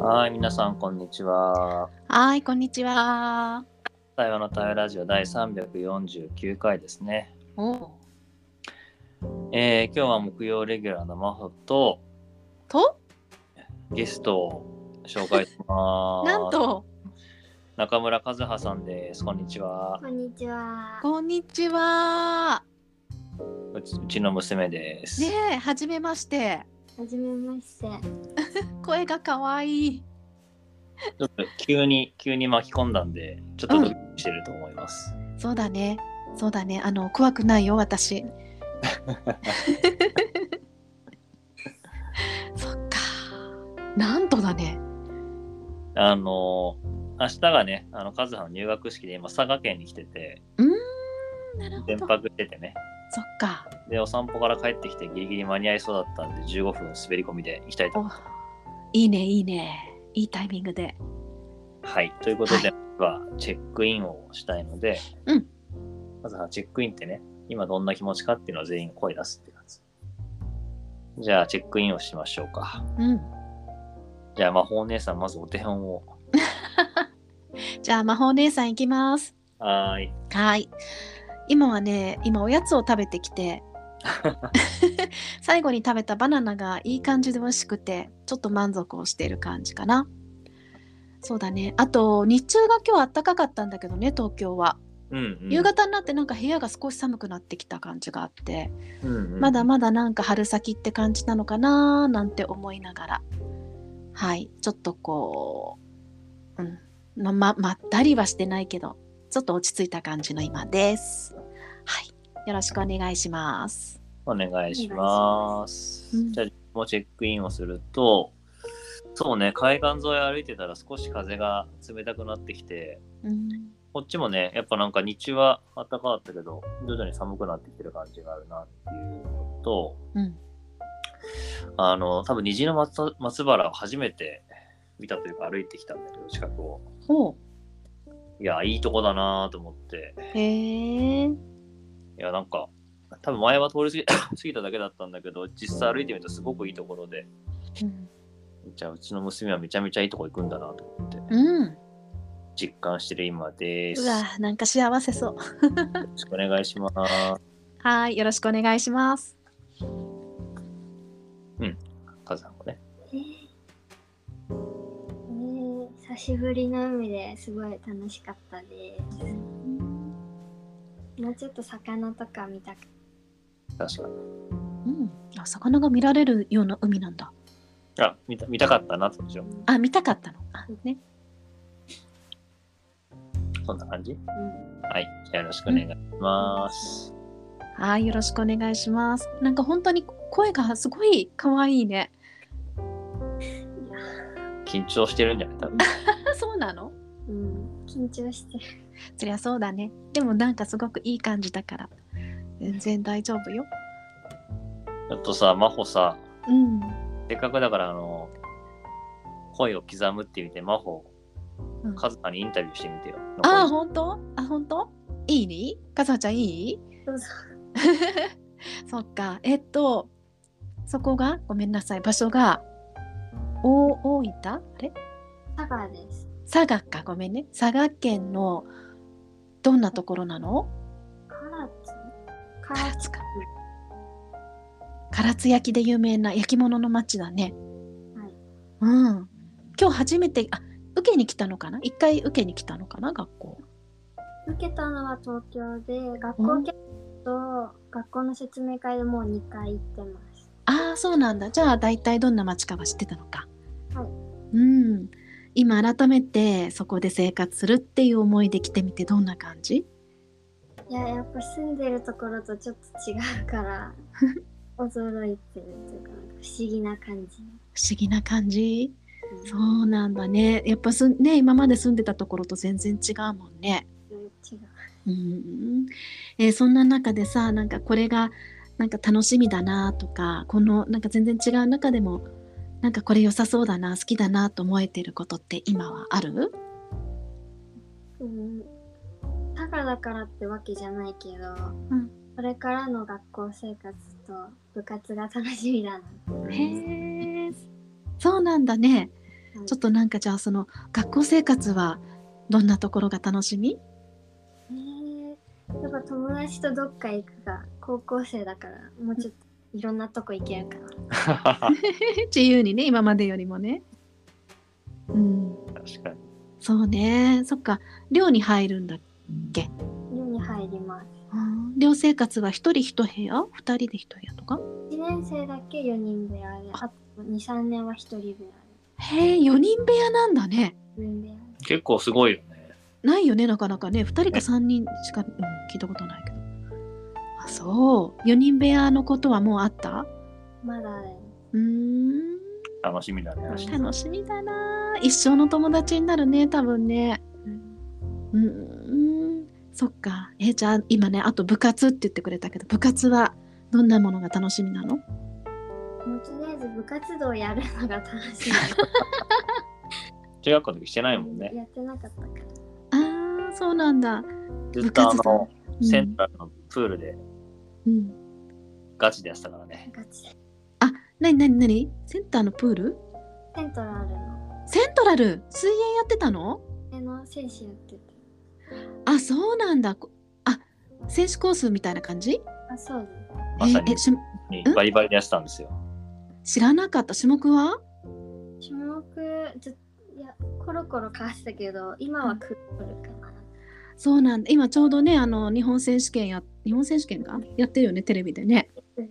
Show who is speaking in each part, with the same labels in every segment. Speaker 1: はい、皆さん、こんにちは。
Speaker 2: はい、こんにちは。
Speaker 1: 台湾の台湾ラジオ第349回ですね。
Speaker 2: お
Speaker 1: えー今日は木曜レギュラーのマホと
Speaker 2: と、
Speaker 1: ゲストを紹介します。
Speaker 2: なんと、
Speaker 1: 中村和葉さんです。こんにちは
Speaker 3: こ。んにちは。
Speaker 2: こんにちは。
Speaker 1: うちうちの娘です。
Speaker 2: ねえ、はじめまして。
Speaker 3: はじめまして。
Speaker 2: 声が可愛い。
Speaker 1: ちょっと急に、急に巻き込んだんで、ちょっとドキドキしてると思います。
Speaker 2: そうだね。そうだね。あの、怖くないよ、私。そっか。なんとだね。
Speaker 1: あのー、明日がね、あの和葉の入学式で今、佐賀県に来てて、
Speaker 2: うーん、なるほ
Speaker 1: 連
Speaker 2: ど。
Speaker 1: 泊しててね。
Speaker 2: そっか。
Speaker 1: で、お散歩から帰ってきて、ギリギリ間に合いそうだったんで、15分滑り込みで行きたいと思い
Speaker 2: おいいね、いいね。いいタイミングで。
Speaker 1: ます。はい。ということで、はチェックインをしたいので、
Speaker 2: うん
Speaker 1: まずはチェックインってね、今どんな気持ちかっていうのを全員声出すって感じ。じゃあ、チェックインをしましょうか。
Speaker 2: うん。
Speaker 1: じゃあ、魔法お姉さん、まずお手本を。
Speaker 2: じゃあ、魔法姉さん行きます。
Speaker 1: はーい。
Speaker 2: はい。今はね、今おやつを食べてき て、最後に食べたバナナがいい感じで美味しくて、ちょっと満足をしている感じかな。そうだね。あと、日中が今日暖かかったんだけどね、東京は。
Speaker 1: うん、うん。
Speaker 2: 夕方になってなんか部屋が少し寒くなってきた感じがあって、
Speaker 1: うんうん
Speaker 2: まだまだなんか春先って感じなのかなーなんて思いながら。はい。ちょっとこう、うん。ま、ままったりはしてないけど、ちょっと落ち着いた感じの今です。はい。よろしくお願いします。
Speaker 1: お願いします。
Speaker 2: うん
Speaker 1: じゃあ、もうチェックインをすると、そうね、海岸沿い歩いてたら少し風が冷たくなってきて、
Speaker 2: うん
Speaker 1: こっちもね、やっぱなんか日中は暖かかったけど、徐々に寒くなってきてる感じがあるなっていうのと、
Speaker 2: うん
Speaker 1: あの、多分虹の松松原を初めて見たというか歩いてきたんだけど、近くを。
Speaker 2: ほ
Speaker 1: いや、いいとこだなと思って。
Speaker 2: うへえ
Speaker 1: いや、なんか、多分前は通り過ぎ 過ぎただけだったんだけど、実際歩いてみるとすごくいいところで、じゃあうちの娘はめちゃめちゃいいとこ行くんだなと思って
Speaker 2: うん
Speaker 1: 実感してる今です。
Speaker 2: う
Speaker 1: よ
Speaker 2: わなんか幸せそう
Speaker 1: ろしくお願いします。
Speaker 2: はいよろしくお願いします
Speaker 1: 母さんもね。
Speaker 3: えーえー久しぶりの海ですごい楽しかったです。もうちょっと魚とか見たく
Speaker 1: 確かに。
Speaker 2: うんあ魚が見られるような海なんだ
Speaker 1: あ、見た見たかったなとでしょ。
Speaker 2: あ見たかったのあね
Speaker 1: そんな感じ
Speaker 3: うん
Speaker 1: はい。じゃあよろしくお願いします。
Speaker 2: はいよろしくお願いしますなんか本当に声がすごい可愛いね
Speaker 1: 緊張してるんじゃない多分。
Speaker 2: あそうなの
Speaker 3: うん、緊張してる。
Speaker 2: そりゃそうだねでもなんかすごくいい感じだから全然大丈夫よ
Speaker 1: ちょっとさ、真帆さ、
Speaker 2: うん
Speaker 1: せっかくだからあの、声を刻むっていう意味で、真帆、
Speaker 2: うん
Speaker 1: カズハにインタビューしてみてよ。
Speaker 2: あ
Speaker 1: ほ
Speaker 2: 本当あ本当いいかさちゃんいい
Speaker 3: どうぞ。
Speaker 2: そっか、えっと、そこが、ごめんなさい、場所が、お大分あれ
Speaker 3: 佐賀です。
Speaker 2: 佐賀か、ごめんね。佐賀県の、どんなところなの
Speaker 3: 唐津唐
Speaker 2: 唐津か。唐津焼きで有名な焼き物の町だね。
Speaker 3: はい
Speaker 2: うん。今日初めて、あ、受けに来たのかな一回受けに来たのかな学校。
Speaker 3: 津受けたのは東京で、学校結構と学校の説明会でもう2回行ってます。
Speaker 2: ああ、そうなんだ。じゃあ、大体どんな町かは知ってたのか。
Speaker 3: はい
Speaker 2: うん。今、改めて、そこで生活するっていう思いで来てみて、どんな感じ
Speaker 3: いや、やっぱ住んでるところとちょっと違うから、驚いてるというか、なんか不思議な感じ。
Speaker 2: 不思議な感じ
Speaker 3: うん
Speaker 2: そうなんだね。やっぱすんね、今まで住んでたところと全然違うもんね。
Speaker 3: 違う。
Speaker 2: うん。えーそんな中でさ、なんかこれが、なんか楽しみだなとか、この、なんか全然違う中でも、なんかこれ良さそうだな、好きだなと思えてることって今はある
Speaker 3: うん。タガだからってわけじゃないけど、
Speaker 2: ん
Speaker 3: これからの学校生活と部活が楽しみだな。
Speaker 1: うん
Speaker 2: へえ、そうなんだね。ちょっとなんかじゃあその学校生活はどんなところが楽しみ
Speaker 3: えーやっぱ友達とどっか行くが高校生だからもうちょっといろんなとこ行けるかな。
Speaker 2: 自由にね今までよりもね。うん
Speaker 1: 確かに。
Speaker 2: そうねそっか寮に入るんだ
Speaker 3: 寮に入ります。
Speaker 2: うん寮生活は一人一部屋二人で一部屋とか
Speaker 3: 1年生だけ4人部屋であと23年は1人部屋で
Speaker 2: へえ4人部屋なんだね
Speaker 3: 自分部屋で
Speaker 1: 結構すごいよね。
Speaker 2: ないよねなかなかね2人か3人しか、うん、聞いたことないけどあそう4人部屋のことはもうあった
Speaker 3: まだね
Speaker 2: うーん
Speaker 1: 楽しみだね。明日
Speaker 2: 楽しみだな一生の友達になるね多分ねうーんそっかえじゃあ今ねあと部活って言ってくれたけど部活はどんなものが楽しみなの
Speaker 3: もうとりあえず部活動やるのが楽しい
Speaker 1: 中学校の時 してないもんね。
Speaker 3: やってなかったから
Speaker 2: あーそうなんだ、
Speaker 1: ずっとあ
Speaker 2: 部活だ
Speaker 1: の、センターのプールで
Speaker 2: うん、
Speaker 1: ガチでやってたからね。
Speaker 3: ガチで
Speaker 2: なになになにセンターのプール
Speaker 3: セントラルの
Speaker 2: セントラル水泳やってたの
Speaker 3: あの選手やってて
Speaker 2: あそうなんだこあ選手コースみたいな感じ
Speaker 3: あそうです
Speaker 1: まさに
Speaker 2: ええしん
Speaker 1: バリバリでやってたんですよ。
Speaker 2: 知らなかった種目は
Speaker 3: 種目ずいやコロコロ変わってたけど今はクールかな、
Speaker 2: そうなんだ今ちょうどねあの日本選手権や日本選手権がやってるよねテレビでね
Speaker 3: うん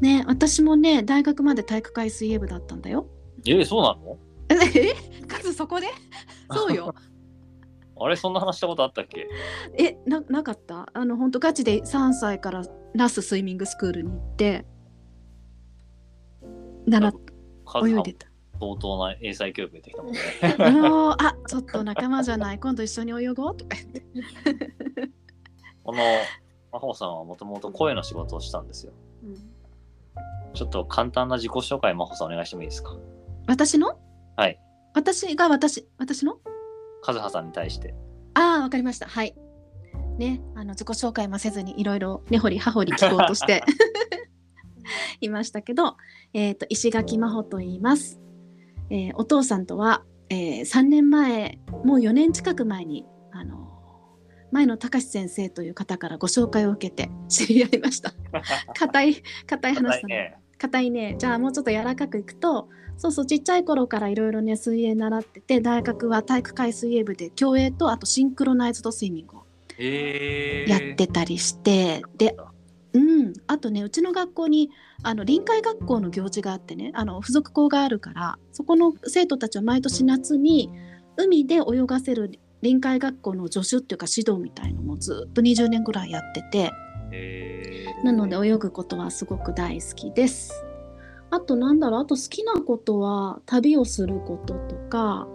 Speaker 2: ね私もね大学まで体育会水泳部だったんだよ
Speaker 1: えそうなの
Speaker 2: えカズそ こでそうよ
Speaker 1: あれ、そんな話したことあったっけ
Speaker 2: えななかったあの本当ガチで3歳から那須スイミングスクールに行って習っ
Speaker 1: 数
Speaker 2: 泳
Speaker 1: はい
Speaker 2: でた
Speaker 1: 相当な英才教育できたもんね。
Speaker 2: あのーあちょっと仲間じゃない今度一緒に泳ごうとか言って
Speaker 1: この真帆さんはもともと声の仕事をしたんですよ。
Speaker 3: うん
Speaker 1: ちょっと簡単な自己紹介、真帆さんお願いしてもいいですか
Speaker 2: 私の
Speaker 1: はい
Speaker 2: 私が私私の
Speaker 1: 和葉さんに対して。
Speaker 2: ああわかりましたはいねあの自己紹介もせずにいろいろ根掘り葉掘り聞こうとして いましたけど、えー、と石垣真帆と言います、えーお父さんとは、え3年前もう4年近く前にあの前野隆先生という方からご紹介を受けて知り合いました 硬い硬い話だ
Speaker 1: は
Speaker 2: ね
Speaker 1: いね。
Speaker 2: 硬いねじゃあもうちょっと柔らかくいくとそうそうちっちゃい頃からいろいろね水泳習ってて大学は体育会水泳部で競泳とあとシンクロナイズドスイミングを
Speaker 1: えー、
Speaker 2: やってたりして、でうんあとねうちの学校にあの臨海学校の行事があってねあの付属校があるからそこの生徒たちを毎年夏に海で泳がせる臨海学校の助手っていうか指導みたいのもずっと20年ぐらいやってて。
Speaker 1: えー、
Speaker 2: なので泳ぐことはすごく大好きです。あとなんだろうあと好きなことは旅をすることとか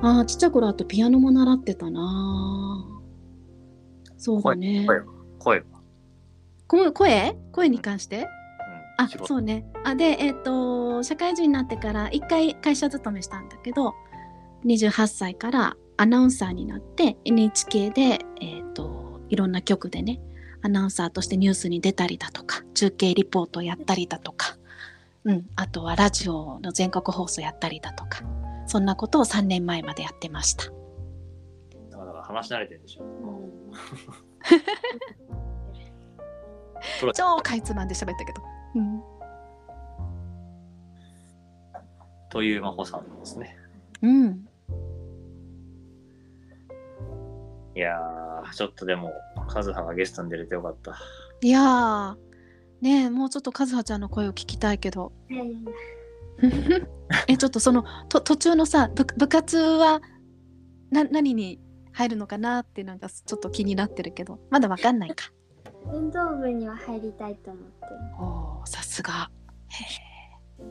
Speaker 2: あーちっちゃい頃あとピアノも習ってたなそうだね
Speaker 1: 声は声は。
Speaker 2: 声声声に関して
Speaker 1: うん
Speaker 2: あそうねあでえっ、と社会人になってから1回会社勤めしたんだけど28歳からアナウンサーになって NHK で、えー、といろんな局でねアナウンサーとしてニュースに出たりだとか中継リポートをやったりだとか、うん、あとはラジオの全国放送やったりだとかそんなことを3年前までやってました。
Speaker 1: だから話し慣れてるでしょ。
Speaker 2: 超かいつまんで喋ったけど。うん
Speaker 1: という真帆さんですね。
Speaker 2: うん、
Speaker 1: いやー、ちょっとでも、和葉がゲストに出れてよかった。
Speaker 2: いやーねえもうちょっと和葉ちゃんの声を聞きたいけど
Speaker 3: いやいやいや
Speaker 2: えちょっとそのと途中のさ部部活はな何に入るのかなってなんかちょっと気になってるけどまだわかんないか。
Speaker 3: 運動部には入りたいと思ってる
Speaker 2: おーさすが。へー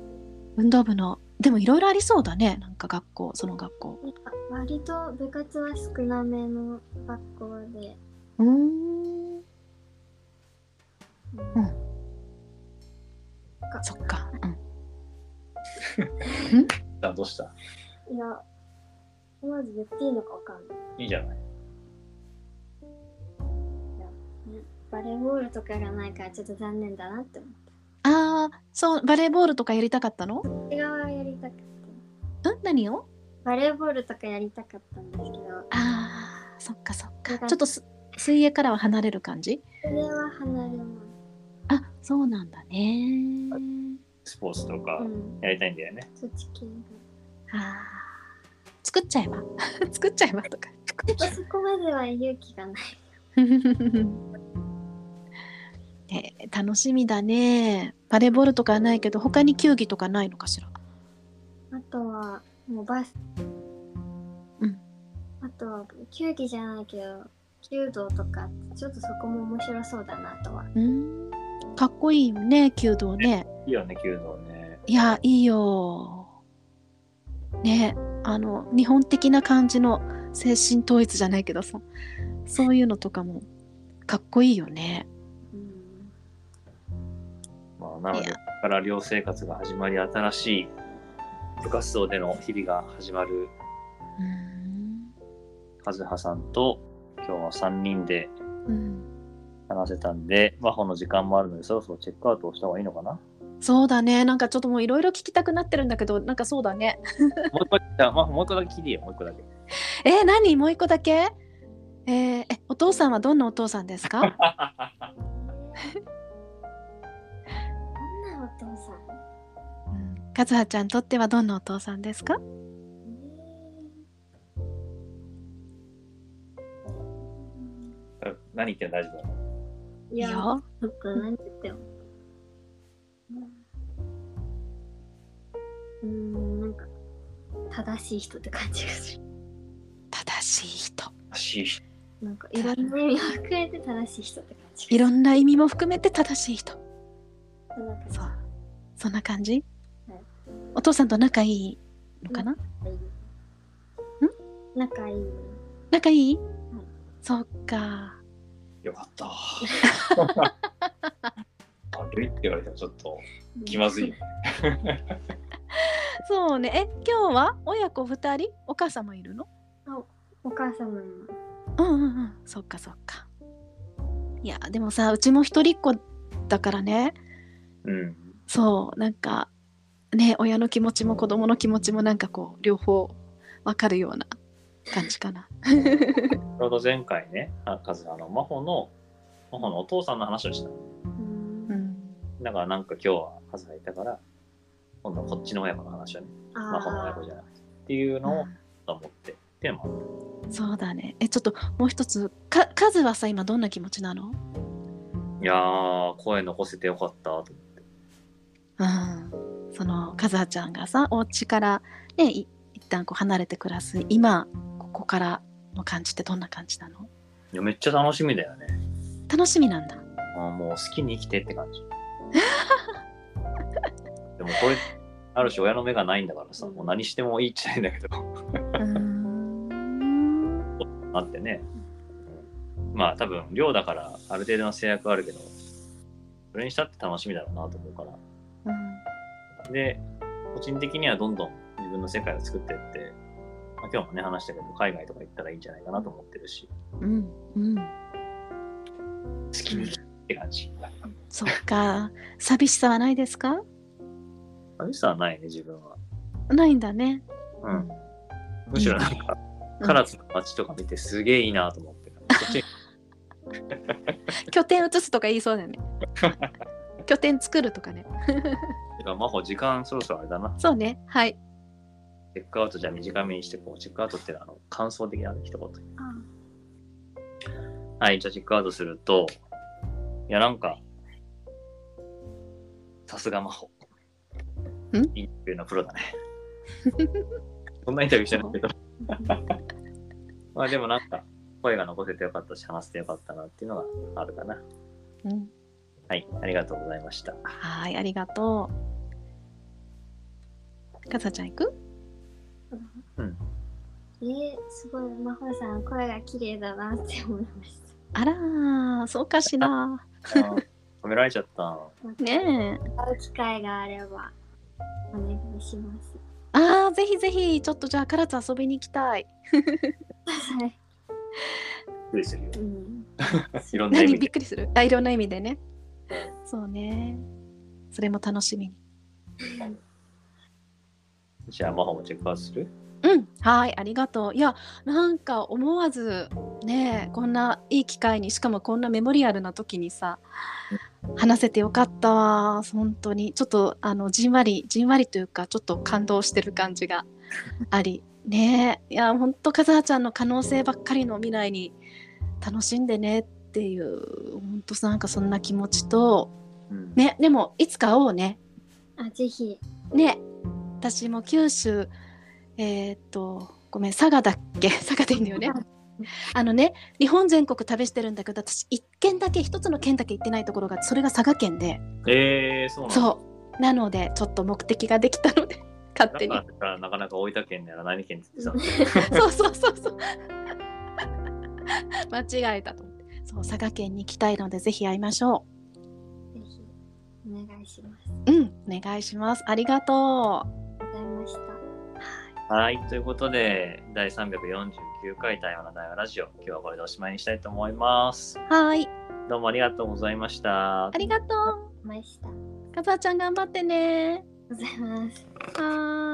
Speaker 2: 運動部のでもいろいろありそうだねなんか学校その学校。
Speaker 3: なんか割と部活は少なめの学校で、
Speaker 2: うーん
Speaker 3: うん
Speaker 2: うん
Speaker 3: か
Speaker 2: そっか。うん、
Speaker 1: あどうした
Speaker 3: いや、まず言っていいのかわかんない。
Speaker 1: いいじゃない。
Speaker 3: バレーボールとかがないからちょっと残念だなって思っ
Speaker 2: ああそうバレーボールとかやりたかったの
Speaker 3: て。手側はやりたくて。
Speaker 2: うん何を
Speaker 3: バレーボールとかやりたかったんですけど
Speaker 2: あーそっかそっ
Speaker 3: なん
Speaker 2: か
Speaker 3: か
Speaker 2: ちょっとす水泳からは離れる感じ
Speaker 3: それは離れま
Speaker 2: あそうなんだね
Speaker 1: スポーツと
Speaker 3: す
Speaker 1: か
Speaker 3: うん
Speaker 1: やりたいんだよね。
Speaker 3: そっち系
Speaker 2: あー作っちゃえば 作っちゃえばと か作っ
Speaker 3: がそこまでは勇気がない
Speaker 2: えー楽しみだねバレーボールとかはないけど他に球技とかないのかしら
Speaker 3: あとはもうバス
Speaker 2: うん
Speaker 3: あとは球技じゃないけど弓道とかちょっとそこも面白そうだなとは
Speaker 2: うんかっこいいよね弓道ね
Speaker 1: いいよね、弓道ね。
Speaker 2: いやいいよねあの日本的な感じの精神統一じゃないけどさそういうのとかもかっこいいよね
Speaker 3: うん
Speaker 1: まあ、なの
Speaker 2: い
Speaker 1: で、
Speaker 2: や
Speaker 1: ここから寮生活が始まり、新しい部活動での日々が始まる
Speaker 2: うん
Speaker 1: 和葉さんと、今日は3人で
Speaker 2: うん
Speaker 1: 話せたんで、真帆の時間もあるので、そろそろチェックアウトをした方がいいの かな。
Speaker 2: そうだねなんかちょっともういろいろ聞きたくなってるんだけどなんかそうだね
Speaker 1: もう一個、じゃあ、真帆もう一個だけ聞いていいよ、もう一個だけ。
Speaker 2: えー、何もう一個だけえーえお父さんはどんなお父さんですか
Speaker 3: どんなお父さん
Speaker 2: うん和葉ちゃんにとってはどんなお父さんですか
Speaker 1: 何言ってんの大丈夫だよ
Speaker 3: い
Speaker 2: いい
Speaker 3: やち
Speaker 2: よ
Speaker 3: ょっと何言ってもうんなんか正しい人って感じがする
Speaker 2: 正しい人
Speaker 1: しい人
Speaker 3: なんかいろんな意味を含めて正しい人って感じ
Speaker 2: い
Speaker 3: が
Speaker 2: ろんな意味も含めて正しい人
Speaker 3: するなんか
Speaker 2: そうそんな感じ、
Speaker 3: はい
Speaker 2: お父さんと仲いいのかな、
Speaker 3: 仲いい仲いい
Speaker 2: 仲いい、そっか
Speaker 1: よかった。 悪いって言われたらちょっと気まずい。
Speaker 2: そうねえ今日は親子二人お母さんもいるの
Speaker 3: お母様にも
Speaker 2: うんうんうんそっかそっかいやでもさうちも一人っ子だからね
Speaker 1: うん。
Speaker 2: そうなんかね親の気持ちも子供の気持ちもなんかこう両方わかるような感じかな
Speaker 1: ちょうど前回ね、あカズあの、真帆の、真帆のお父さんの話をした。
Speaker 3: うん
Speaker 2: うん
Speaker 1: だからなんか今日はカズがいたから、今度はこっちの親子の話をね、真帆の親
Speaker 3: あ
Speaker 1: 子じゃなくて。っていうのを思って、っていうのもあっ
Speaker 2: そうだねえちょっともう一つかカズはさ今どんな気持ちなの
Speaker 1: たいやー、声残せてよかったと思って。
Speaker 2: うん、そのカズハちゃんがさお家からねい一旦こう離れて暮らす今ここからの感じってどんな感じなの
Speaker 1: いや、めっちゃ楽しみだよね。
Speaker 2: 楽しみなんだ
Speaker 1: あーもう好きに生きてって感じ。 でもこれ、ある種親の目がないんだからさ、もう何してもいいっちゃいいんだけど。
Speaker 2: うん
Speaker 1: あってね、まあ多分量だからある程度の制約はあるけどそれにしたって楽しみだろうなと思うからで個人的にはどんどん自分の世界を作っていって、まあ、今日もね話したけど海外とか行ったらいいんじゃないかなと思ってるし
Speaker 2: うんうん
Speaker 1: 好きに生きって感じ
Speaker 2: そっか寂しさはないですか
Speaker 1: 寂しさはないね自分は、
Speaker 2: ないんだね
Speaker 1: うん、むしろなんか唐津の街とか見てすげえいいなと思ってこっちに
Speaker 2: 拠点移すとか言いそうだよ ね拠点作るとかね
Speaker 1: てか真帆時間そろそろあれだな
Speaker 2: そうねはい
Speaker 1: チェックアウトじゃ短めにしてこうチェックアウトってのはあの感想的なね一言はい、じゃあチェックアウトすると、いや、なんか、さすが真帆。
Speaker 2: ん
Speaker 1: インタビューのプロだね。そんなインタビューしてないけど、
Speaker 3: ー
Speaker 1: まあでもなんか、声が残せてよかったし、話せてよかったなっていうのがあるかな。
Speaker 2: うん
Speaker 1: はい、ありがとうございました。
Speaker 2: はいありがとうカズハちゃん行く
Speaker 3: えー、すごい真帆さん声が綺麗だなって思いまし
Speaker 2: あらーそうかしら
Speaker 1: あー褒められちゃった。
Speaker 3: た
Speaker 2: ねえ
Speaker 3: 会う機会があればお願いします
Speaker 2: ああぜひぜひちょっとじゃあ唐津遊びに行きたい
Speaker 3: はい
Speaker 1: びっくりするよ。
Speaker 3: うん
Speaker 1: いろんな意味
Speaker 2: 何び
Speaker 1: で
Speaker 2: っ。くりするあいろんな意味でねそうねそれも楽しみに
Speaker 1: じゃあ、マホもチェックアウトする
Speaker 2: うん、はい、ありがとう。いや、なんか思わずね、こんないい機会に、しかもこんなメモリアルな時にさ、話せてよかったわ。本当に。ちょっとあのじんわり、じんわりというか、ちょっと感動してる感じがあり。ねえ、いや、本当、かずはちゃんの可能性ばっかりの未来に楽しんでねっていう、本当なんかそんな気持ちと、
Speaker 1: うん。
Speaker 2: ね、でもいつか会おうね。
Speaker 3: あ、ぜひ。
Speaker 2: ね私も九州えーっとごめん佐賀だっけ 佐賀でいいんだよねあのね日本全国旅してるんだけど私一県だけ一つの県だけ行ってないところがそれが佐賀県で
Speaker 1: えー、そうなんだ
Speaker 2: そうなのでちょっと目的ができたので 勝手に
Speaker 1: だからなかなか大分県なら何県って言って
Speaker 2: そうそうそうそう 間違えたと思ってそう佐賀県に行きたいのでぜひ会いましょ
Speaker 3: ぜひお願いしま
Speaker 2: う
Speaker 3: す。
Speaker 2: うんお願いしますありがとう
Speaker 3: ありがとうございました。
Speaker 1: た。はい、ということで、第349回台湾の台湾ラジオ、今日はこれでおしまいにしたいと思います。
Speaker 2: はい
Speaker 1: どうもありがとうございました
Speaker 2: あ。りがと
Speaker 3: ました。あり
Speaker 2: うかずはちゃん頑張ってね
Speaker 3: がとうございます。
Speaker 2: はーい